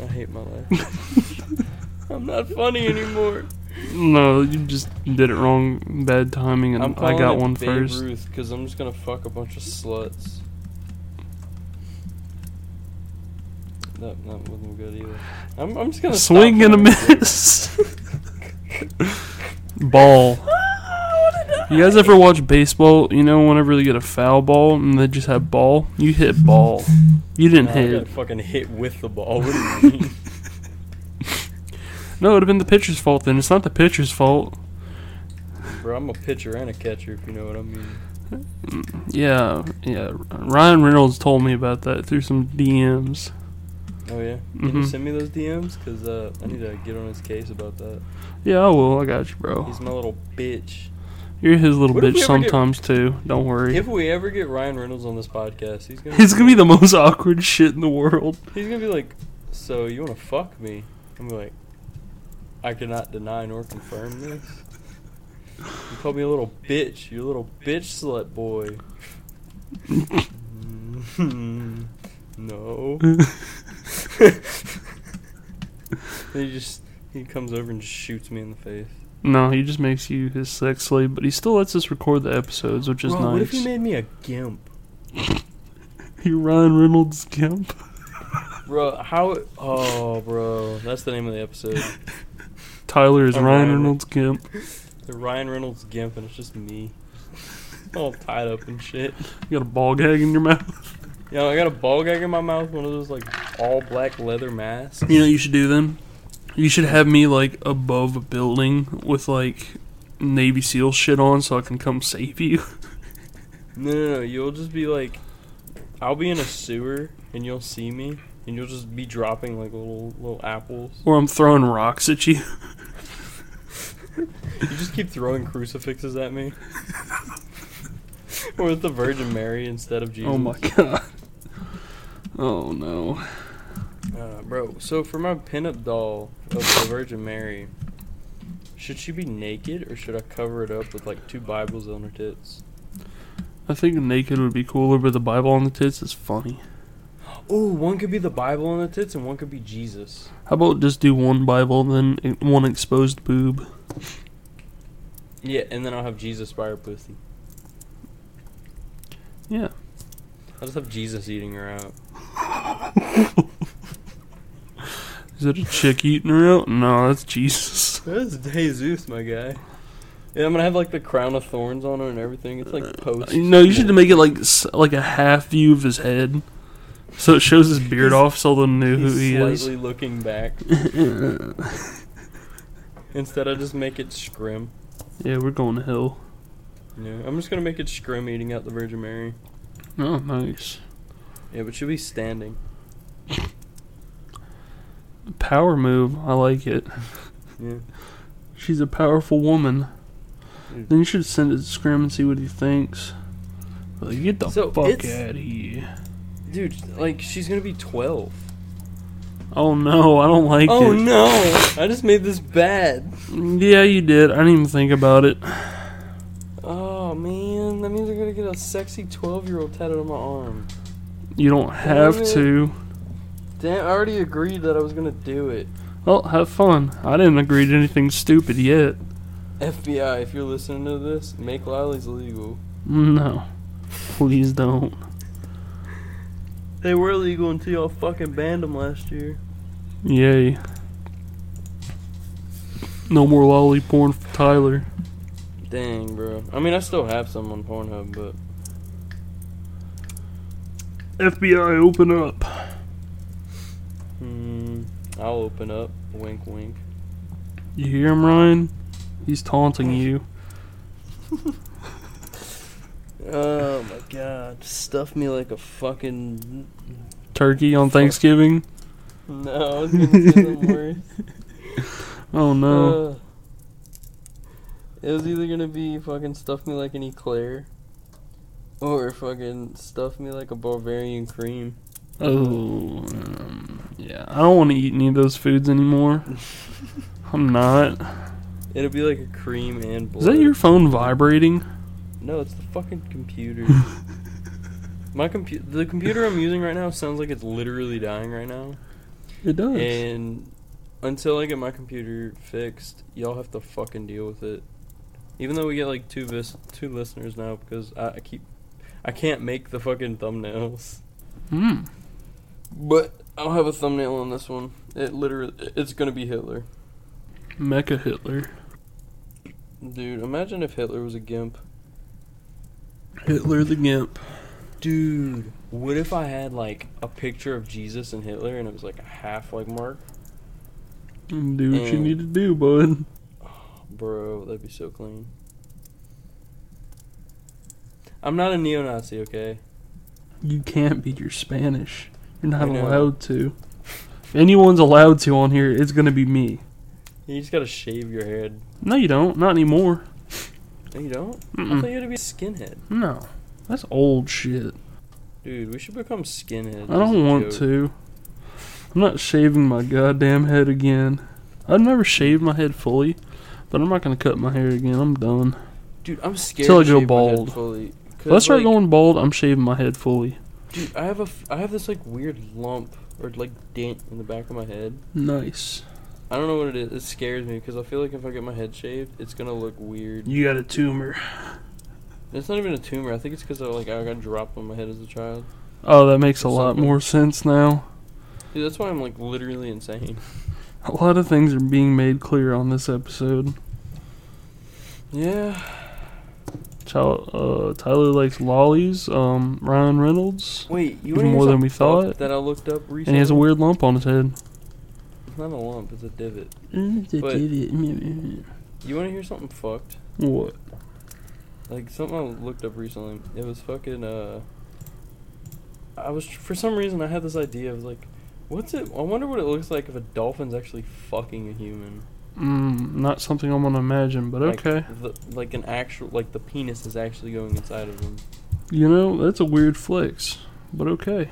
Speaker 3: I hate my life. I'm not funny anymore.
Speaker 2: No, you just did it wrong. Bad timing,
Speaker 3: I'm
Speaker 2: and I
Speaker 3: calling
Speaker 2: got
Speaker 3: it
Speaker 2: one
Speaker 3: Babe
Speaker 2: first.
Speaker 3: Ruth because I'm just gonna fuck a bunch of sluts. That, that wasn't good either. I'm, I'm just gonna stop
Speaker 2: Swing and a
Speaker 3: calling it Babe
Speaker 2: miss.
Speaker 3: Ah,
Speaker 2: ball. You guys ever watch baseball? You know, whenever they get a foul ball and they just have ball, you hit ball. You didn't
Speaker 3: Nah, I
Speaker 2: hit.
Speaker 3: got fucking hit with the ball. What do you mean?
Speaker 2: No, it would have been the pitcher's fault then. It's not the pitcher's fault.
Speaker 3: Bro, I'm a pitcher and a catcher, if you know what I mean.
Speaker 2: Yeah, yeah. Ryan Reynolds told me about that through some DMs.
Speaker 3: Oh yeah, can you
Speaker 2: Mhm.
Speaker 3: send me those DMs? Cause uh, I need to get on his case about that.
Speaker 2: Yeah, I will. I got you, bro.
Speaker 3: He's my little bitch.
Speaker 2: You're his little
Speaker 3: What if
Speaker 2: bitch
Speaker 3: we ever get-
Speaker 2: sometimes too. Don't worry.
Speaker 3: If we ever get Ryan Reynolds on this podcast, he's gonna
Speaker 2: It's gonna be the most awkward shit in the world.
Speaker 3: he's gonna be like, so you wanna fuck me? I'm like, I cannot deny nor confirm this. You called me a little bitch. You little bitch slut boy. Mm, no. Then he just he comes over and just shoots me in the face.
Speaker 2: no, he just makes you his sex slave, but he still lets us record the episodes, which is
Speaker 3: Bro,
Speaker 2: nice.
Speaker 3: What if he made me a gimp?
Speaker 2: You Ryan Reynolds Kemp.
Speaker 3: Bro, how? Oh, bro, that's the name of the episode.
Speaker 2: Tyler is
Speaker 3: I'm
Speaker 2: Ryan
Speaker 3: Ryan.
Speaker 2: Reynolds Kemp.
Speaker 3: The Ryan Reynolds gimp, and it's just me, all tied up and shit.
Speaker 2: You got a ball gag in your mouth.
Speaker 3: You know, I got a ball gag in my mouth, one of those like all black leather masks.
Speaker 2: You know what you should do then? You should have me like above a building with like Navy SEAL shit on so I can come save you.
Speaker 3: No, no, no. You'll just be like, I'll be in a sewer, and you'll see me, and you'll just be dropping like little little apples.
Speaker 2: Or I'm throwing rocks at you.
Speaker 3: You just keep throwing crucifixes at me. Or with the Virgin Mary instead of Jesus.
Speaker 2: Oh my god. Oh no.
Speaker 3: Uh, bro, so for my pinup doll of the Virgin Mary, should she be naked or should I cover it up with like two Bibles on her tits?
Speaker 2: I think naked would be cooler, but the Bible on the tits is funny.
Speaker 3: Ooh, one could be the Bible on the tits and one could be Jesus.
Speaker 2: How about just do one Bible, then e- one exposed boob?
Speaker 3: Yeah, and then I'll have Jesus by her pussy.
Speaker 2: Yeah.
Speaker 3: I'll just have Jesus eating her out.
Speaker 2: Is that a chick eating her out? No, that's Jesus.
Speaker 3: That's Jesus, my guy. Yeah, I'm gonna have like the crown of thorns on her and everything. It's like post.
Speaker 2: Uh, No, you should make it like s- like a half view of his head, so it shows his beard off, so they'll know
Speaker 3: He's
Speaker 2: who he
Speaker 3: slightly
Speaker 2: is.
Speaker 3: looking back. Instead, I just make it scrim.
Speaker 2: Yeah, we're going to hell.
Speaker 3: Yeah, I'm just gonna make it scrim eating out the Virgin Mary.
Speaker 2: Oh, nice.
Speaker 3: Yeah, but she'll be standing.
Speaker 2: Power move. I like it.
Speaker 3: Yeah.
Speaker 2: She's a powerful woman.
Speaker 3: Mm.
Speaker 2: Then you should send it to Scrim and see what he thinks. Like, get the
Speaker 3: So,
Speaker 2: fuck
Speaker 3: it's-
Speaker 2: out of here.
Speaker 3: Dude, like she's gonna be 12.
Speaker 2: Oh no, I don't like
Speaker 3: Oh
Speaker 2: it.
Speaker 3: no! I just made this bad.
Speaker 2: Yeah, you did. I didn't even think about it.
Speaker 3: Oh man, that means I'm gonna get a sexy 12 year old tattooed on my arm.
Speaker 2: You don't have
Speaker 3: it.
Speaker 2: to.
Speaker 3: Damn, I already agreed that I was gonna do it.
Speaker 2: Well, Oh, have fun. I didn't agree to anything stupid yet.
Speaker 3: FBI, if you're listening to this, make lollies legal.
Speaker 2: No. Please don't.
Speaker 3: They were legal until y'all fucking banned them last year.
Speaker 2: Yay. No more lolly porn for Tyler.
Speaker 3: Dang, bro. I mean, I still have some on Pornhub, but
Speaker 2: FBI, open up.
Speaker 3: hmm, I'll open up. Wink, wink.
Speaker 2: You hear him, Ryan? He's taunting you.
Speaker 3: Oh my god. Stuff me like a fucking.
Speaker 2: Turkey on Thanksgiving?
Speaker 3: No, it's gonna be worse.
Speaker 2: Oh no.
Speaker 3: Uh, it was either gonna be fucking stuff me like an eclair, or fucking stuff me like a Bavarian cream.
Speaker 2: Oh. Um, yeah, I don't want to eat any of those foods anymore. I'm not.
Speaker 3: It'll be like a cream and blood.
Speaker 2: Is that your phone vibrating?
Speaker 3: No, it's the fucking computer. My computer, the computer I'm using right now sounds like it's literally dying right now.
Speaker 2: It does.
Speaker 3: And until I get my computer fixed, y'all have to fucking deal with it. Even though we get like two vis- two listeners now because I, I keep I can't make the fucking thumbnails.
Speaker 2: Hmm.
Speaker 3: But I'll have a thumbnail on this one. It literally it's going to be Hitler.
Speaker 2: Mecha Hitler.
Speaker 3: Dude, imagine if Hitler was a gimp.
Speaker 2: Hitler the Gimp.
Speaker 3: Dude, what if I had like a picture of Jesus and Hitler and it was like a half like mark?
Speaker 2: Do what you
Speaker 3: Mm.
Speaker 2: need to do, bud.
Speaker 3: Bro, that'd be so clean. I'm not a neo-Nazi, okay?
Speaker 2: You can't beat your Spanish. You're not
Speaker 3: I know.
Speaker 2: allowed to. If anyone's allowed to on here, it's gonna be me.
Speaker 3: You just gotta shave your head.
Speaker 2: No, you don't. Not anymore.
Speaker 3: No, you don't. I thought
Speaker 2: Mm-mm.
Speaker 3: you had to be a skinhead,
Speaker 2: No, that's old shit.
Speaker 3: dude. We should become skinheads.
Speaker 2: I don't want to. I'm not shaving my goddamn head again. I've never shaved my head fully, but I'm not gonna cut my hair again. I'm done.
Speaker 3: dude. I'm scared.
Speaker 2: Till I
Speaker 3: to
Speaker 2: go
Speaker 3: shave my head
Speaker 2: bald.
Speaker 3: fully, 'cause,
Speaker 2: Let's start
Speaker 3: like,
Speaker 2: going bald. I'm shaving my head fully.
Speaker 3: Dude, I have a, f- I have this like weird lump or like dent in the back of my head.
Speaker 2: Nice.
Speaker 3: I don't know what it is. It scares me because I feel like if I get my head shaved, it's gonna look weird.
Speaker 2: You got a tumor.
Speaker 3: It's not even a tumor. I think it's because I like I got dropped on my head as a child.
Speaker 2: Oh, that makes a
Speaker 3: Or
Speaker 2: lot
Speaker 3: something.
Speaker 2: more sense now.
Speaker 3: Dude, that's why I'm like literally insane.
Speaker 2: A lot of things are being made clear on this episode.
Speaker 3: Yeah.
Speaker 2: Tyler, uh, Tyler likes lollies. Um, Ryan Reynolds,
Speaker 3: Wait,
Speaker 2: Even
Speaker 3: you wanna hear
Speaker 2: more than
Speaker 3: something
Speaker 2: we thought?
Speaker 3: fucked That I looked up recently.
Speaker 2: and he has a weird lump on his head.
Speaker 3: It's not a lump. It's a divot. But-
Speaker 2: What?
Speaker 3: You want to hear something fucked? Like something I looked up recently. It was fucking uh. I was for some reason I had this idea. I was like, what's it? I wonder what it looks like if a dolphin's actually fucking a human.
Speaker 2: Mm, not something I'm gonna imagine, but
Speaker 3: Like,
Speaker 2: okay.
Speaker 3: the, like an actual like the penis is actually going inside of them.
Speaker 2: You know, that's a weird flex, but okay.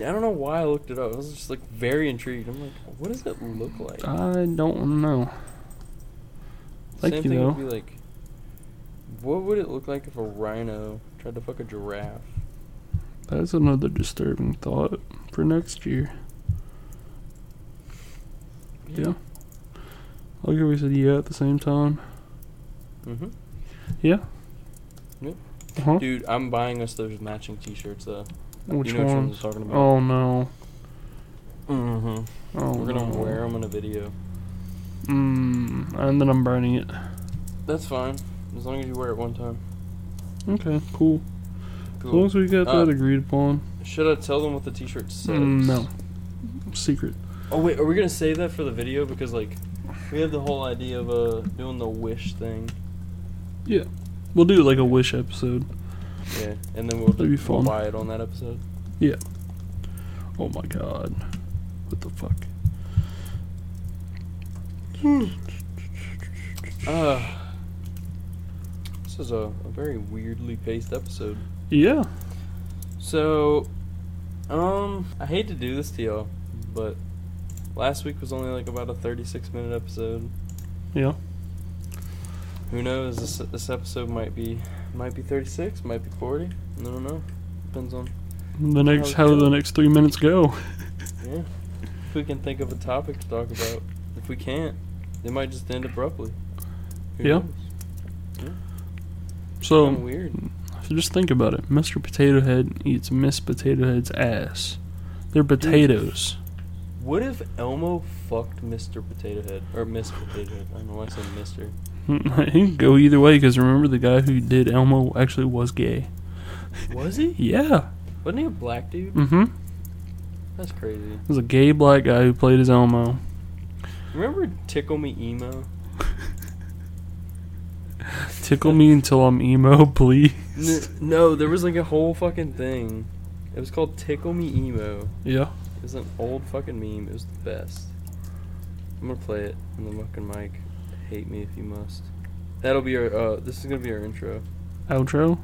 Speaker 3: I don't know why I looked it up. I was just like very intrigued. I'm like, what does it look like?
Speaker 2: I don't know. Thank
Speaker 3: Same
Speaker 2: you,
Speaker 3: thing
Speaker 2: though.
Speaker 3: would be like, what would it look like if a rhino tried to fuck a giraffe?
Speaker 2: That's another disturbing thought for next year. Yeah. Like we said yeah at the same time.
Speaker 3: hmm
Speaker 2: Yeah.
Speaker 3: Yeah.
Speaker 2: Uh-huh.
Speaker 3: Dude, I'm buying us those matching T-shirts though.
Speaker 2: Which
Speaker 3: you know which
Speaker 2: ones?
Speaker 3: ones I'm talking about.
Speaker 2: Oh no.
Speaker 3: Mm-hmm.
Speaker 2: Oh,
Speaker 3: We're gonna
Speaker 2: no.
Speaker 3: wear them in a video.
Speaker 2: Mm, and then I'm burning it.
Speaker 3: That's fine, as long as you wear it one time.
Speaker 2: Okay, cool. As long
Speaker 3: Cool.
Speaker 2: as we got
Speaker 3: Uh,
Speaker 2: that agreed upon.
Speaker 3: Should I tell them what the T-shirt says?
Speaker 2: Mm, no. Secret.
Speaker 3: Oh wait, are we gonna save that for the video? Because like, we have the whole idea of uh doing the wish thing.
Speaker 2: We'll do like a wish episode.
Speaker 3: Yeah, and then we'll,
Speaker 2: That'd be
Speaker 3: we'll
Speaker 2: fun.
Speaker 3: buy it on that episode.
Speaker 2: Oh my god. What the fuck?
Speaker 3: Uh, this is a, a very weirdly paced episode.
Speaker 2: Yeah.
Speaker 3: So, um, I hate to do this to y'all, but last week was only like about a 36 minute episode.
Speaker 2: Yeah.
Speaker 3: Who knows? This this episode might be might be 36, might be 40. I don't know. Depends on
Speaker 2: The next
Speaker 3: it's
Speaker 2: how
Speaker 3: good.
Speaker 2: the next three minutes go.
Speaker 3: yeah. If we can think of a topic to talk about. If we can't, it might just end abruptly. Who
Speaker 2: Yeah.
Speaker 3: knows? Kinda
Speaker 2: So
Speaker 3: weird.
Speaker 2: just think about it. Mr. Potato Head eats Miss Potato Head's ass. They're potatoes.
Speaker 3: What if Elmo fucked Mr. Potato Head or Miss Potato Head? I don't know why I said Mister.
Speaker 2: it can go either way because remember the guy who did Elmo actually was gay.
Speaker 3: Was he?
Speaker 2: Yeah.
Speaker 3: Wasn't he a black dude?
Speaker 2: Mm-hmm. It
Speaker 3: That's crazy.
Speaker 2: was a gay black guy who played his Elmo.
Speaker 3: Remember Tickle Me Emo?
Speaker 2: Tickle me until I'm emo, please.
Speaker 3: N- no, there was like a whole fucking thing. It was called Tickle Me Emo.
Speaker 2: Yeah.
Speaker 3: It was an old fucking meme. It was the best. I'm gonna play it on the fucking mic. Hate me if you must. That'll be our. Uh, this is gonna be our intro.
Speaker 2: Outro.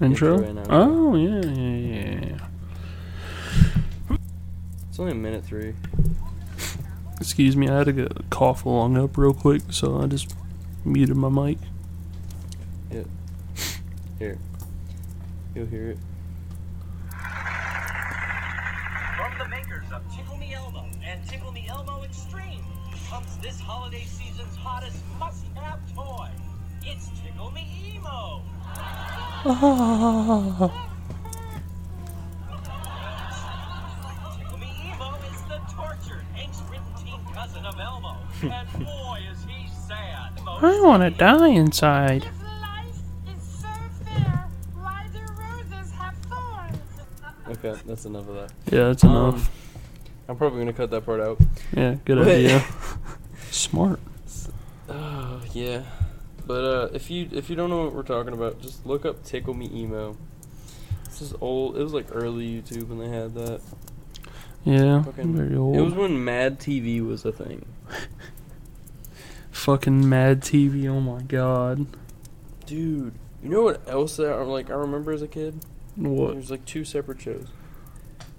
Speaker 2: Intro.
Speaker 3: Intro and outro.
Speaker 2: Oh yeah, yeah, yeah.
Speaker 3: It's only a minute three.
Speaker 2: Excuse me, I had to get a cough along up real quick, so I just muted my mic.
Speaker 3: You'll hear it.
Speaker 6: From the makers of Tickle Me Elmo and Tickle Me Elmo Extreme comes this holiday season's hottest must-have toy. It's Tickle Me Emo. Tickle Me Emo is the tortured, angst-ridden teen cousin of Elmo, and boy is he sad.
Speaker 2: I want to die inside.
Speaker 7: If life is so fair, why do roses have thorns?
Speaker 3: Okay, that's enough of that.
Speaker 2: Yeah, that's
Speaker 3: Um,
Speaker 2: enough.
Speaker 3: I'm probably gonna cut that part out.
Speaker 2: Yeah, good
Speaker 3: Wait.
Speaker 2: idea. Smart.
Speaker 3: Oh Uh, yeah. But uh, if you if you don't know what we're talking about, just look up Tickle Me Emo. This is old. It was like early YouTube when they had that.
Speaker 2: Yeah,
Speaker 3: Fucking-
Speaker 2: very
Speaker 3: It was
Speaker 2: old.
Speaker 3: when Mad TV was a thing.
Speaker 2: Fucking Mad TV. Oh my god.
Speaker 3: Dude, you know what else that I, like I remember as a kid?
Speaker 2: What?
Speaker 3: There's like two separate shows.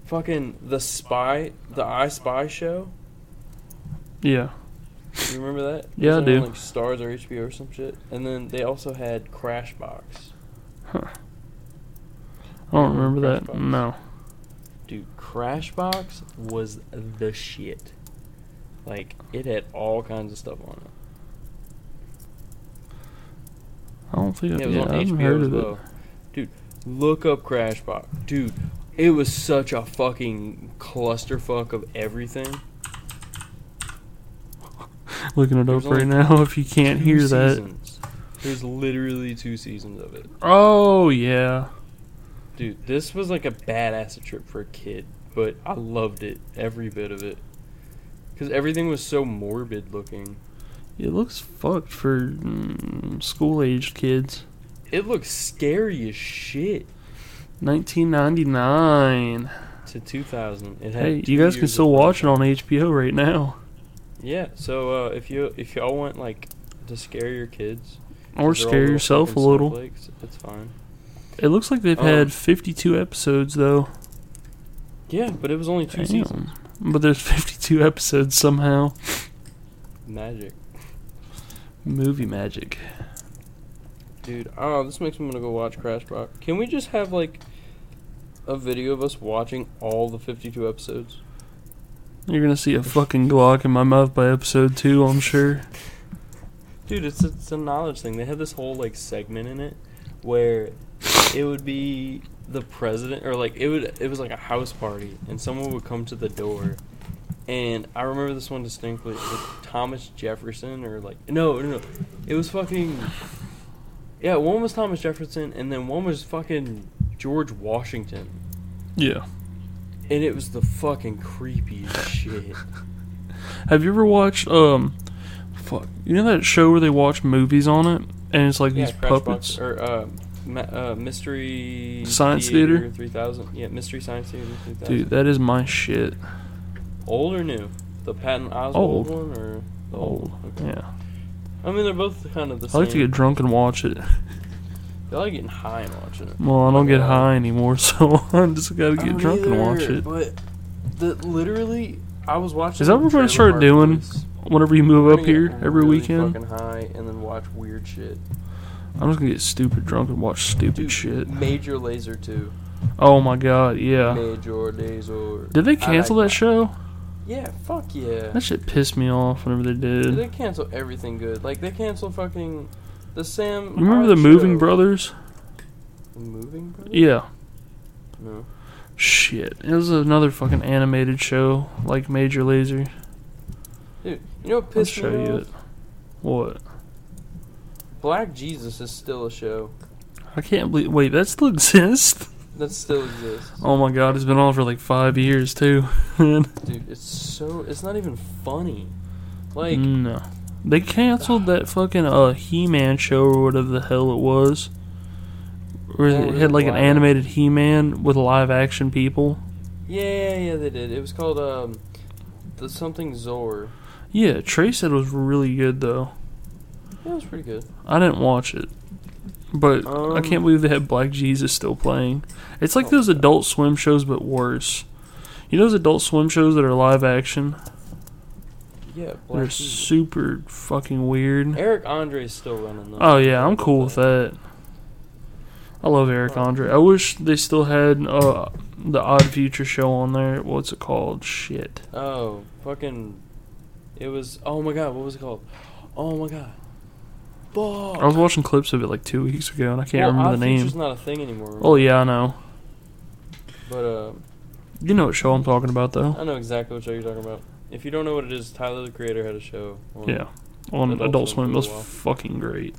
Speaker 3: Fucking the spy, the I Spy show.
Speaker 2: Yeah.
Speaker 3: You remember that? It
Speaker 2: Yeah, I
Speaker 3: was
Speaker 2: do.
Speaker 3: On, like Stars or HBO or some shit. And then they also had Crashbox.
Speaker 2: I don't remember that.
Speaker 3: Crashbox.
Speaker 2: No.
Speaker 3: Dude, Crashbox was the shit. Like it had all kinds of stuff on it.
Speaker 2: I don't think.
Speaker 3: Yeah,
Speaker 2: I
Speaker 3: it was
Speaker 2: yeah, I
Speaker 3: on
Speaker 2: haven't
Speaker 3: HBO
Speaker 2: heard
Speaker 3: as
Speaker 2: of
Speaker 3: well.
Speaker 2: it.
Speaker 3: Dude, look up Crashbox. Dude, it was such a fucking clusterfuck of everything.
Speaker 2: Looking it up
Speaker 3: There's only
Speaker 2: right now. If you can't hear that.
Speaker 3: seasons. There's literally two seasons of it.
Speaker 2: Oh yeah.
Speaker 3: Dude, this was like a badass trip for a kid, but I loved it, every bit of it. Because everything was so morbid looking.
Speaker 2: It looks fucked for mm, school-aged kids.
Speaker 3: It looked scary as shit
Speaker 2: 1999.
Speaker 3: to 2000. It had
Speaker 2: Hey,
Speaker 3: two
Speaker 2: you guys can
Speaker 3: years
Speaker 2: still
Speaker 3: of-
Speaker 2: watch it on HBO right now,
Speaker 3: Yeah, so uh, if you if y'all want like to scare your kids,
Speaker 2: or
Speaker 3: 'cause they're all
Speaker 2: scare
Speaker 3: little
Speaker 2: yourself a
Speaker 3: fucking
Speaker 2: little.
Speaker 3: snowflakes, it's fine.
Speaker 2: It looks like they've
Speaker 3: Um,
Speaker 2: had 52 episodes though.
Speaker 3: Yeah, but it was only two
Speaker 2: Damn.
Speaker 3: seasons.
Speaker 2: But there's 52 episodes somehow.
Speaker 3: Magic,
Speaker 2: Movie magic.
Speaker 3: dude. Oh, this makes me want to go watch Crashbox. Can we just have like a video of us watching all the fifty-two episodes?
Speaker 2: You're gonna see a fucking Glock in my mouth by episode two, I'm sure.
Speaker 3: Dude, it's it's a knowledge thing. They had this whole like segment in it where it would be the president or like it would it was like a house party and someone would come to the door. And I remember this one distinctly. It was Thomas Jefferson or like no, no, no. It was fucking Yeah, one was Thomas Jefferson and then one was fucking George Washington.
Speaker 2: Yeah.
Speaker 3: And it was the fucking creepiest shit.
Speaker 2: Have you ever watched um, fuck, you know that show where they watch movies on it, and it's like
Speaker 3: Yeah,
Speaker 2: these
Speaker 3: Crash
Speaker 2: puppets.
Speaker 3: Box, or uh, ma- uh, Mystery
Speaker 2: Science Theater?
Speaker 3: three thousand. Yeah, Mystery Science Theater three thousand.
Speaker 2: Dude, that is my shit.
Speaker 3: old or new? The Patton
Speaker 2: Old.
Speaker 3: Oswald one or the
Speaker 2: Old.
Speaker 3: Oh, Okay.
Speaker 2: Oh, Yeah.
Speaker 3: I mean, they're both kind of the
Speaker 2: I
Speaker 3: same.
Speaker 2: like to get drunk and watch it.
Speaker 3: I like getting high and watching it.
Speaker 2: Well, I don't get
Speaker 3: Yeah.
Speaker 2: high anymore, so I just gotta get drunk and watch it.
Speaker 3: But the, literally, I was watching.
Speaker 2: Is that what we're gonna start
Speaker 3: Trailer Park
Speaker 2: doing
Speaker 3: Boys.
Speaker 2: Whenever you
Speaker 3: We're
Speaker 2: move
Speaker 3: gonna
Speaker 2: up
Speaker 3: get
Speaker 2: here every
Speaker 3: really
Speaker 2: weekend,
Speaker 3: Fucking high and then watch weird shit.
Speaker 2: I'm just gonna get stupid drunk and watch stupid
Speaker 3: Dude,
Speaker 2: shit.
Speaker 3: Major Laser two.
Speaker 2: Oh my god, yeah.
Speaker 3: Major Laser.
Speaker 2: Did they
Speaker 3: I
Speaker 2: cancel
Speaker 3: like
Speaker 2: that show?
Speaker 3: Yeah. Fuck yeah.
Speaker 2: That shit pissed me off whenever they
Speaker 3: Dude,
Speaker 2: did.
Speaker 3: they cancel everything good. Like they cancel fucking Oh, the Sam.
Speaker 2: Remember
Speaker 3: Odd
Speaker 2: the Moving
Speaker 3: Show.
Speaker 2: Brothers?
Speaker 3: The Moving Brothers.
Speaker 2: Yeah.
Speaker 3: No.
Speaker 2: Shit. It was another fucking animated show, like Major Laser.
Speaker 3: Dude, you know what
Speaker 2: I'll
Speaker 3: pissed
Speaker 2: show
Speaker 3: me
Speaker 2: you
Speaker 3: off?
Speaker 2: it. What?
Speaker 3: Black Jesus is still a show
Speaker 2: I can't believe. Wait, that still exists?
Speaker 3: that still exists.
Speaker 2: Oh my god, it's been on for like five years too. like,
Speaker 3: Dude, it's so it's not even funny. Like
Speaker 2: no. They canceled that fucking uh, He Man show or whatever the hell it was. Where
Speaker 3: Yeah,
Speaker 2: it
Speaker 3: was it
Speaker 2: had like an
Speaker 3: live
Speaker 2: animated He Man with live action people.
Speaker 3: yeah, yeah, yeah, they did. It was called um the something Zor.
Speaker 2: Yeah, Trey said it was really good though.
Speaker 3: Yeah, it was pretty good.
Speaker 2: I didn't watch it. But I
Speaker 3: Um,
Speaker 2: can't believe they had Black Jesus still playing. It's like those adult swim shows but worse. You know those adult swim shows that are live action?
Speaker 3: Yeah,
Speaker 2: They're
Speaker 3: Black Jesus.
Speaker 2: super fucking weird.
Speaker 3: Eric Andre's still running them.
Speaker 2: Oh yeah, I'm cool with that. I love Eric Andre. I wish they still had uh the Odd Future show on there. What's it called? Shit.
Speaker 3: Oh, fucking it was oh my god, what was it called? Oh my god. Fuck.
Speaker 2: Oh, I was watching clips of it like two weeks ago and I can't
Speaker 3: Well,
Speaker 2: remember the
Speaker 3: Odd Future's
Speaker 2: name.
Speaker 3: not a thing anymore.
Speaker 2: Oh yeah, I know.
Speaker 3: But uh,
Speaker 2: You know what show I'm talking about though?
Speaker 3: I know exactly what show you're talking about. If you don't know what it is, Tyler the Creator had a show. On,
Speaker 2: Yeah. On
Speaker 3: Adult
Speaker 2: Adult
Speaker 3: Swim
Speaker 2: Swim.
Speaker 3: for
Speaker 2: It
Speaker 3: a
Speaker 2: was
Speaker 3: while.
Speaker 2: fucking great.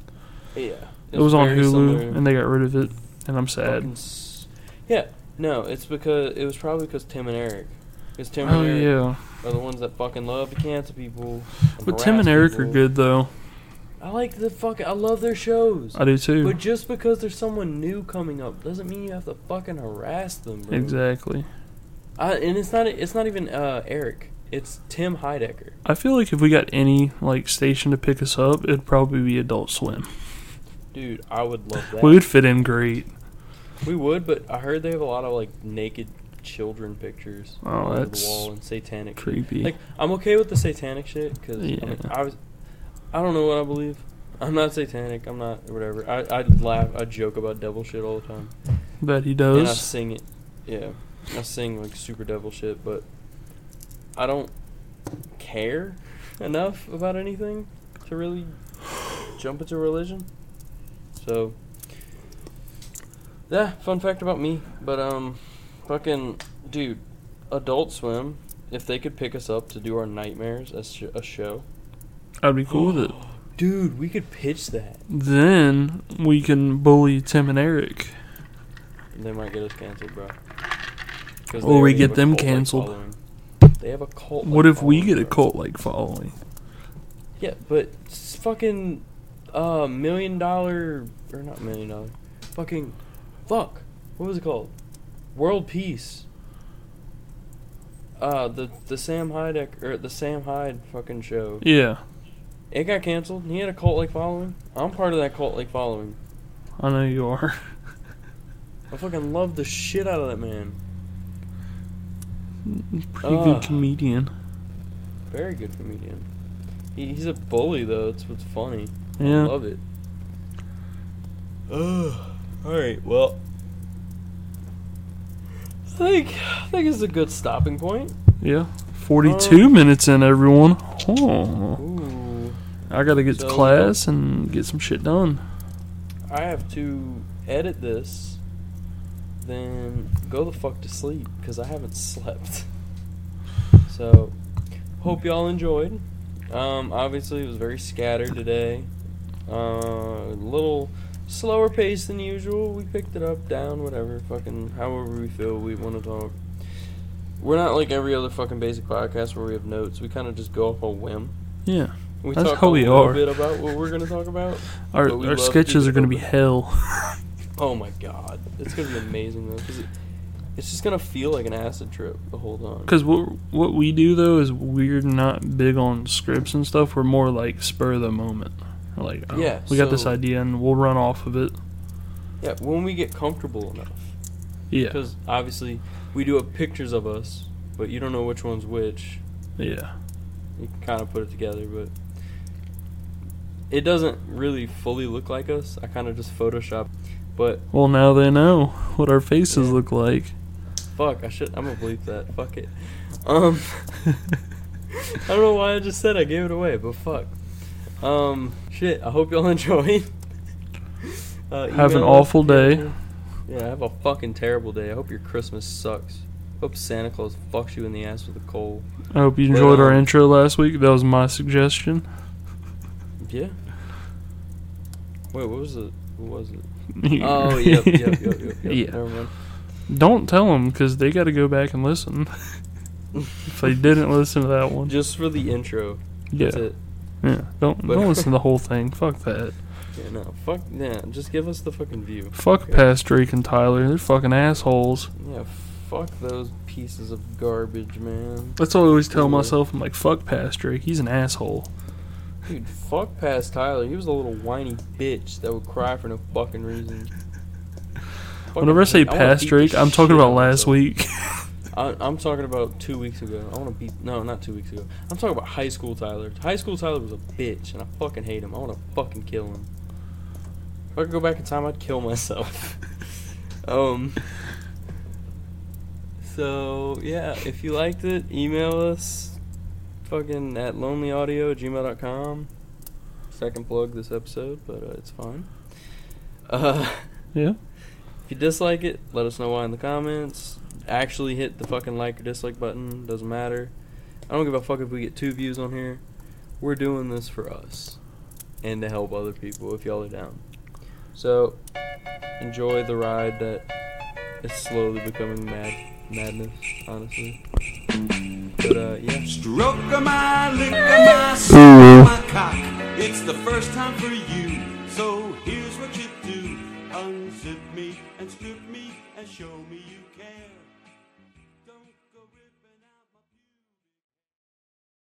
Speaker 3: yeah.
Speaker 2: It was on
Speaker 3: very
Speaker 2: Hulu,
Speaker 3: similar.
Speaker 2: and they got rid of it, and I'm
Speaker 3: Fucking
Speaker 2: sad.
Speaker 3: s- Yeah, no, it's because it was probably because Tim and Eric, because Tim
Speaker 2: Oh
Speaker 3: and Eric
Speaker 2: yeah,
Speaker 3: are the ones that fucking love to cancel people.
Speaker 2: but Tim and Eric are good though.
Speaker 3: I I like the fuck. I love their shows.
Speaker 2: I do too.
Speaker 3: But just because there's someone new coming up doesn't mean you have to fucking harass them, bro.
Speaker 2: Exactly.
Speaker 3: I, and it's not it's not even uh, Eric. It's Tim Heidecker.
Speaker 2: I feel like if we got any like station to pick us up, it'd probably be Adult Swim.
Speaker 3: Dude, I would love that.
Speaker 2: We would fit in great.
Speaker 3: We would, but I heard they have a lot of like naked children pictures
Speaker 2: Oh,
Speaker 3: all over
Speaker 2: that's
Speaker 3: the wall and satanic. shit.
Speaker 2: creepy.
Speaker 3: Like I'm okay with the satanic shit because I, mean,
Speaker 2: Yeah.
Speaker 3: I was, I don't know what I believe. I'm not satanic. I'm not whatever. I I laugh. I joke about devil shit all the time,
Speaker 2: That he
Speaker 3: and I
Speaker 2: does.
Speaker 3: sing it. Yeah, I sing like super devil shit, but I don't care enough about anything to really jump into religion. So yeah, fun fact about me. But um, fucking dude, Adult Swim. If they could pick us up to do our nightmares as sh- a show,
Speaker 2: I'd be cool with it.
Speaker 3: dude, we could pitch that.
Speaker 2: Then we can bully Tim and Eric.
Speaker 3: They might get us canceled, bro. 'Cause
Speaker 2: Or we
Speaker 3: already
Speaker 2: get
Speaker 3: have a
Speaker 2: them
Speaker 3: cult-like
Speaker 2: canceled.
Speaker 3: following. They have a cult.
Speaker 2: What if we get a cult like following?
Speaker 3: Yeah, but s- fucking uh million dollar or not million dollar, fucking fuck. What was it called? World Peace. Uh, the the Sam Hyde or the Sam Hyde fucking show.
Speaker 2: Yeah,
Speaker 3: It got canceled. He had a cult like following. I'm part of that cult like following.
Speaker 2: I know you are.
Speaker 3: I fucking love the shit out of that man.
Speaker 2: Pretty
Speaker 3: Ugh.
Speaker 2: good comedian.
Speaker 3: Very good comedian. He, he's a bully though. It's what's funny. I
Speaker 2: Yeah.
Speaker 3: love it. all right. Well, I think I think it's a good stopping point.
Speaker 2: Yeah. 42 minutes in, everyone. Oh,
Speaker 3: Ooh,
Speaker 2: I gotta get
Speaker 3: So-
Speaker 2: to class and get some shit done.
Speaker 3: I have to edit this. Then go the fuck to sleep because I haven't slept. So, hope y'all enjoyed. Um, obviously, it was very scattered today. Uh, a little slower pace than usual. We picked it up, down, whatever, fucking however we feel we want to talk. We're not like every other fucking basic podcast where we have notes. We kind of just go off a whim.
Speaker 2: Yeah.
Speaker 3: We
Speaker 2: That's
Speaker 3: talk
Speaker 2: how
Speaker 3: a
Speaker 2: we
Speaker 3: little
Speaker 2: are.
Speaker 3: bit about what we're gonna talk about.
Speaker 2: Our,
Speaker 3: But we
Speaker 2: our
Speaker 3: love
Speaker 2: sketches
Speaker 3: keeping
Speaker 2: are gonna be
Speaker 3: open.
Speaker 2: hell.
Speaker 3: Oh my god, it's gonna be amazing though, 'cause it, it's just gonna feel like an acid trip the whole time.
Speaker 2: Because what, what we do, though, is we're not big on scripts and stuff. We're more like spur of the moment. We're like, oh,
Speaker 3: Yeah,
Speaker 2: we got this
Speaker 3: so-
Speaker 2: idea and we'll run off of it.
Speaker 3: Yeah, when we get comfortable enough.
Speaker 2: Yeah.
Speaker 3: Because obviously, we do have pictures of us, but you don't know which one's which.
Speaker 2: Yeah.
Speaker 3: You can kind of put it together, but it doesn't really fully look like us. I kind of just Photoshop. But
Speaker 2: Well, now they know what our faces
Speaker 3: Yeah.
Speaker 2: look like.
Speaker 3: fuck, I should. I'm gonna bleep that. Fuck it. Um, I don't know why I just said I gave it away, but fuck. Um, shit. I hope y'all enjoyed. Uh,
Speaker 2: Have an
Speaker 3: email us
Speaker 2: awful
Speaker 3: if you have
Speaker 2: day.
Speaker 3: to. Yeah, have a fucking terrible day. I hope your Christmas sucks. Hope Santa Claus fucks you in the ass with a coal.
Speaker 2: I hope you
Speaker 3: But,
Speaker 2: enjoyed our
Speaker 3: um,
Speaker 2: intro last week. That was my suggestion.
Speaker 3: Yeah. Wait, what was it? What was it? Oh, yep, yep, yep, yep, yep.
Speaker 2: Yeah.
Speaker 3: Never mind.
Speaker 2: Don't tell them because they got to go back and listen. if they didn't listen to that one,
Speaker 3: Just for the intro.
Speaker 2: yeah,
Speaker 3: That's it.
Speaker 2: yeah. Don't
Speaker 3: But-
Speaker 2: don't listen to the whole thing. Fuck that.
Speaker 3: Yeah, no. Fuck. Yeah, just give us the fucking view.
Speaker 2: Fuck
Speaker 3: Okay.
Speaker 2: past Drake and Tyler. They're fucking assholes.
Speaker 3: Yeah, fuck those pieces of garbage, man.
Speaker 2: That's what I always tell
Speaker 3: Ooh.
Speaker 2: myself. I'm like, fuck past Drake. He's an asshole.
Speaker 3: Dude, fuck past Tyler. He was a little whiny bitch that would cry for no fucking reason. Fucking
Speaker 2: Whenever I say
Speaker 3: hate- wanna
Speaker 2: past
Speaker 3: beat the
Speaker 2: Drake, I'm talking
Speaker 3: shit
Speaker 2: about
Speaker 3: out of
Speaker 2: last
Speaker 3: myself.
Speaker 2: week.
Speaker 3: I, I'm talking about two weeks ago. I want to beat. No, not two weeks ago. I'm talking about high school Tyler. High school Tyler was a bitch, and I fucking hate him. I want to fucking kill him. If I could go back in time, I'd kill myself. um. So yeah, if you liked it, email us. Fucking at lonelyaudio gmail.com. Second plug this episode, but uh, it's fine. Uh.
Speaker 2: yeah.
Speaker 3: If you dislike it, let us know why in the comments. Actually, hit the fucking like or dislike button. Doesn't matter. I don't give a fuck if we get two views on here. We're doing this for us and to help other people if y'all are down. So, enjoy the ride that is slowly becoming mad madness, honestly. But, uh, yeah.
Speaker 1: Stroke of my, lick of my, suck of my cock. It's the first time for you, so here's what you do. Unzip me and strip me and show me you care.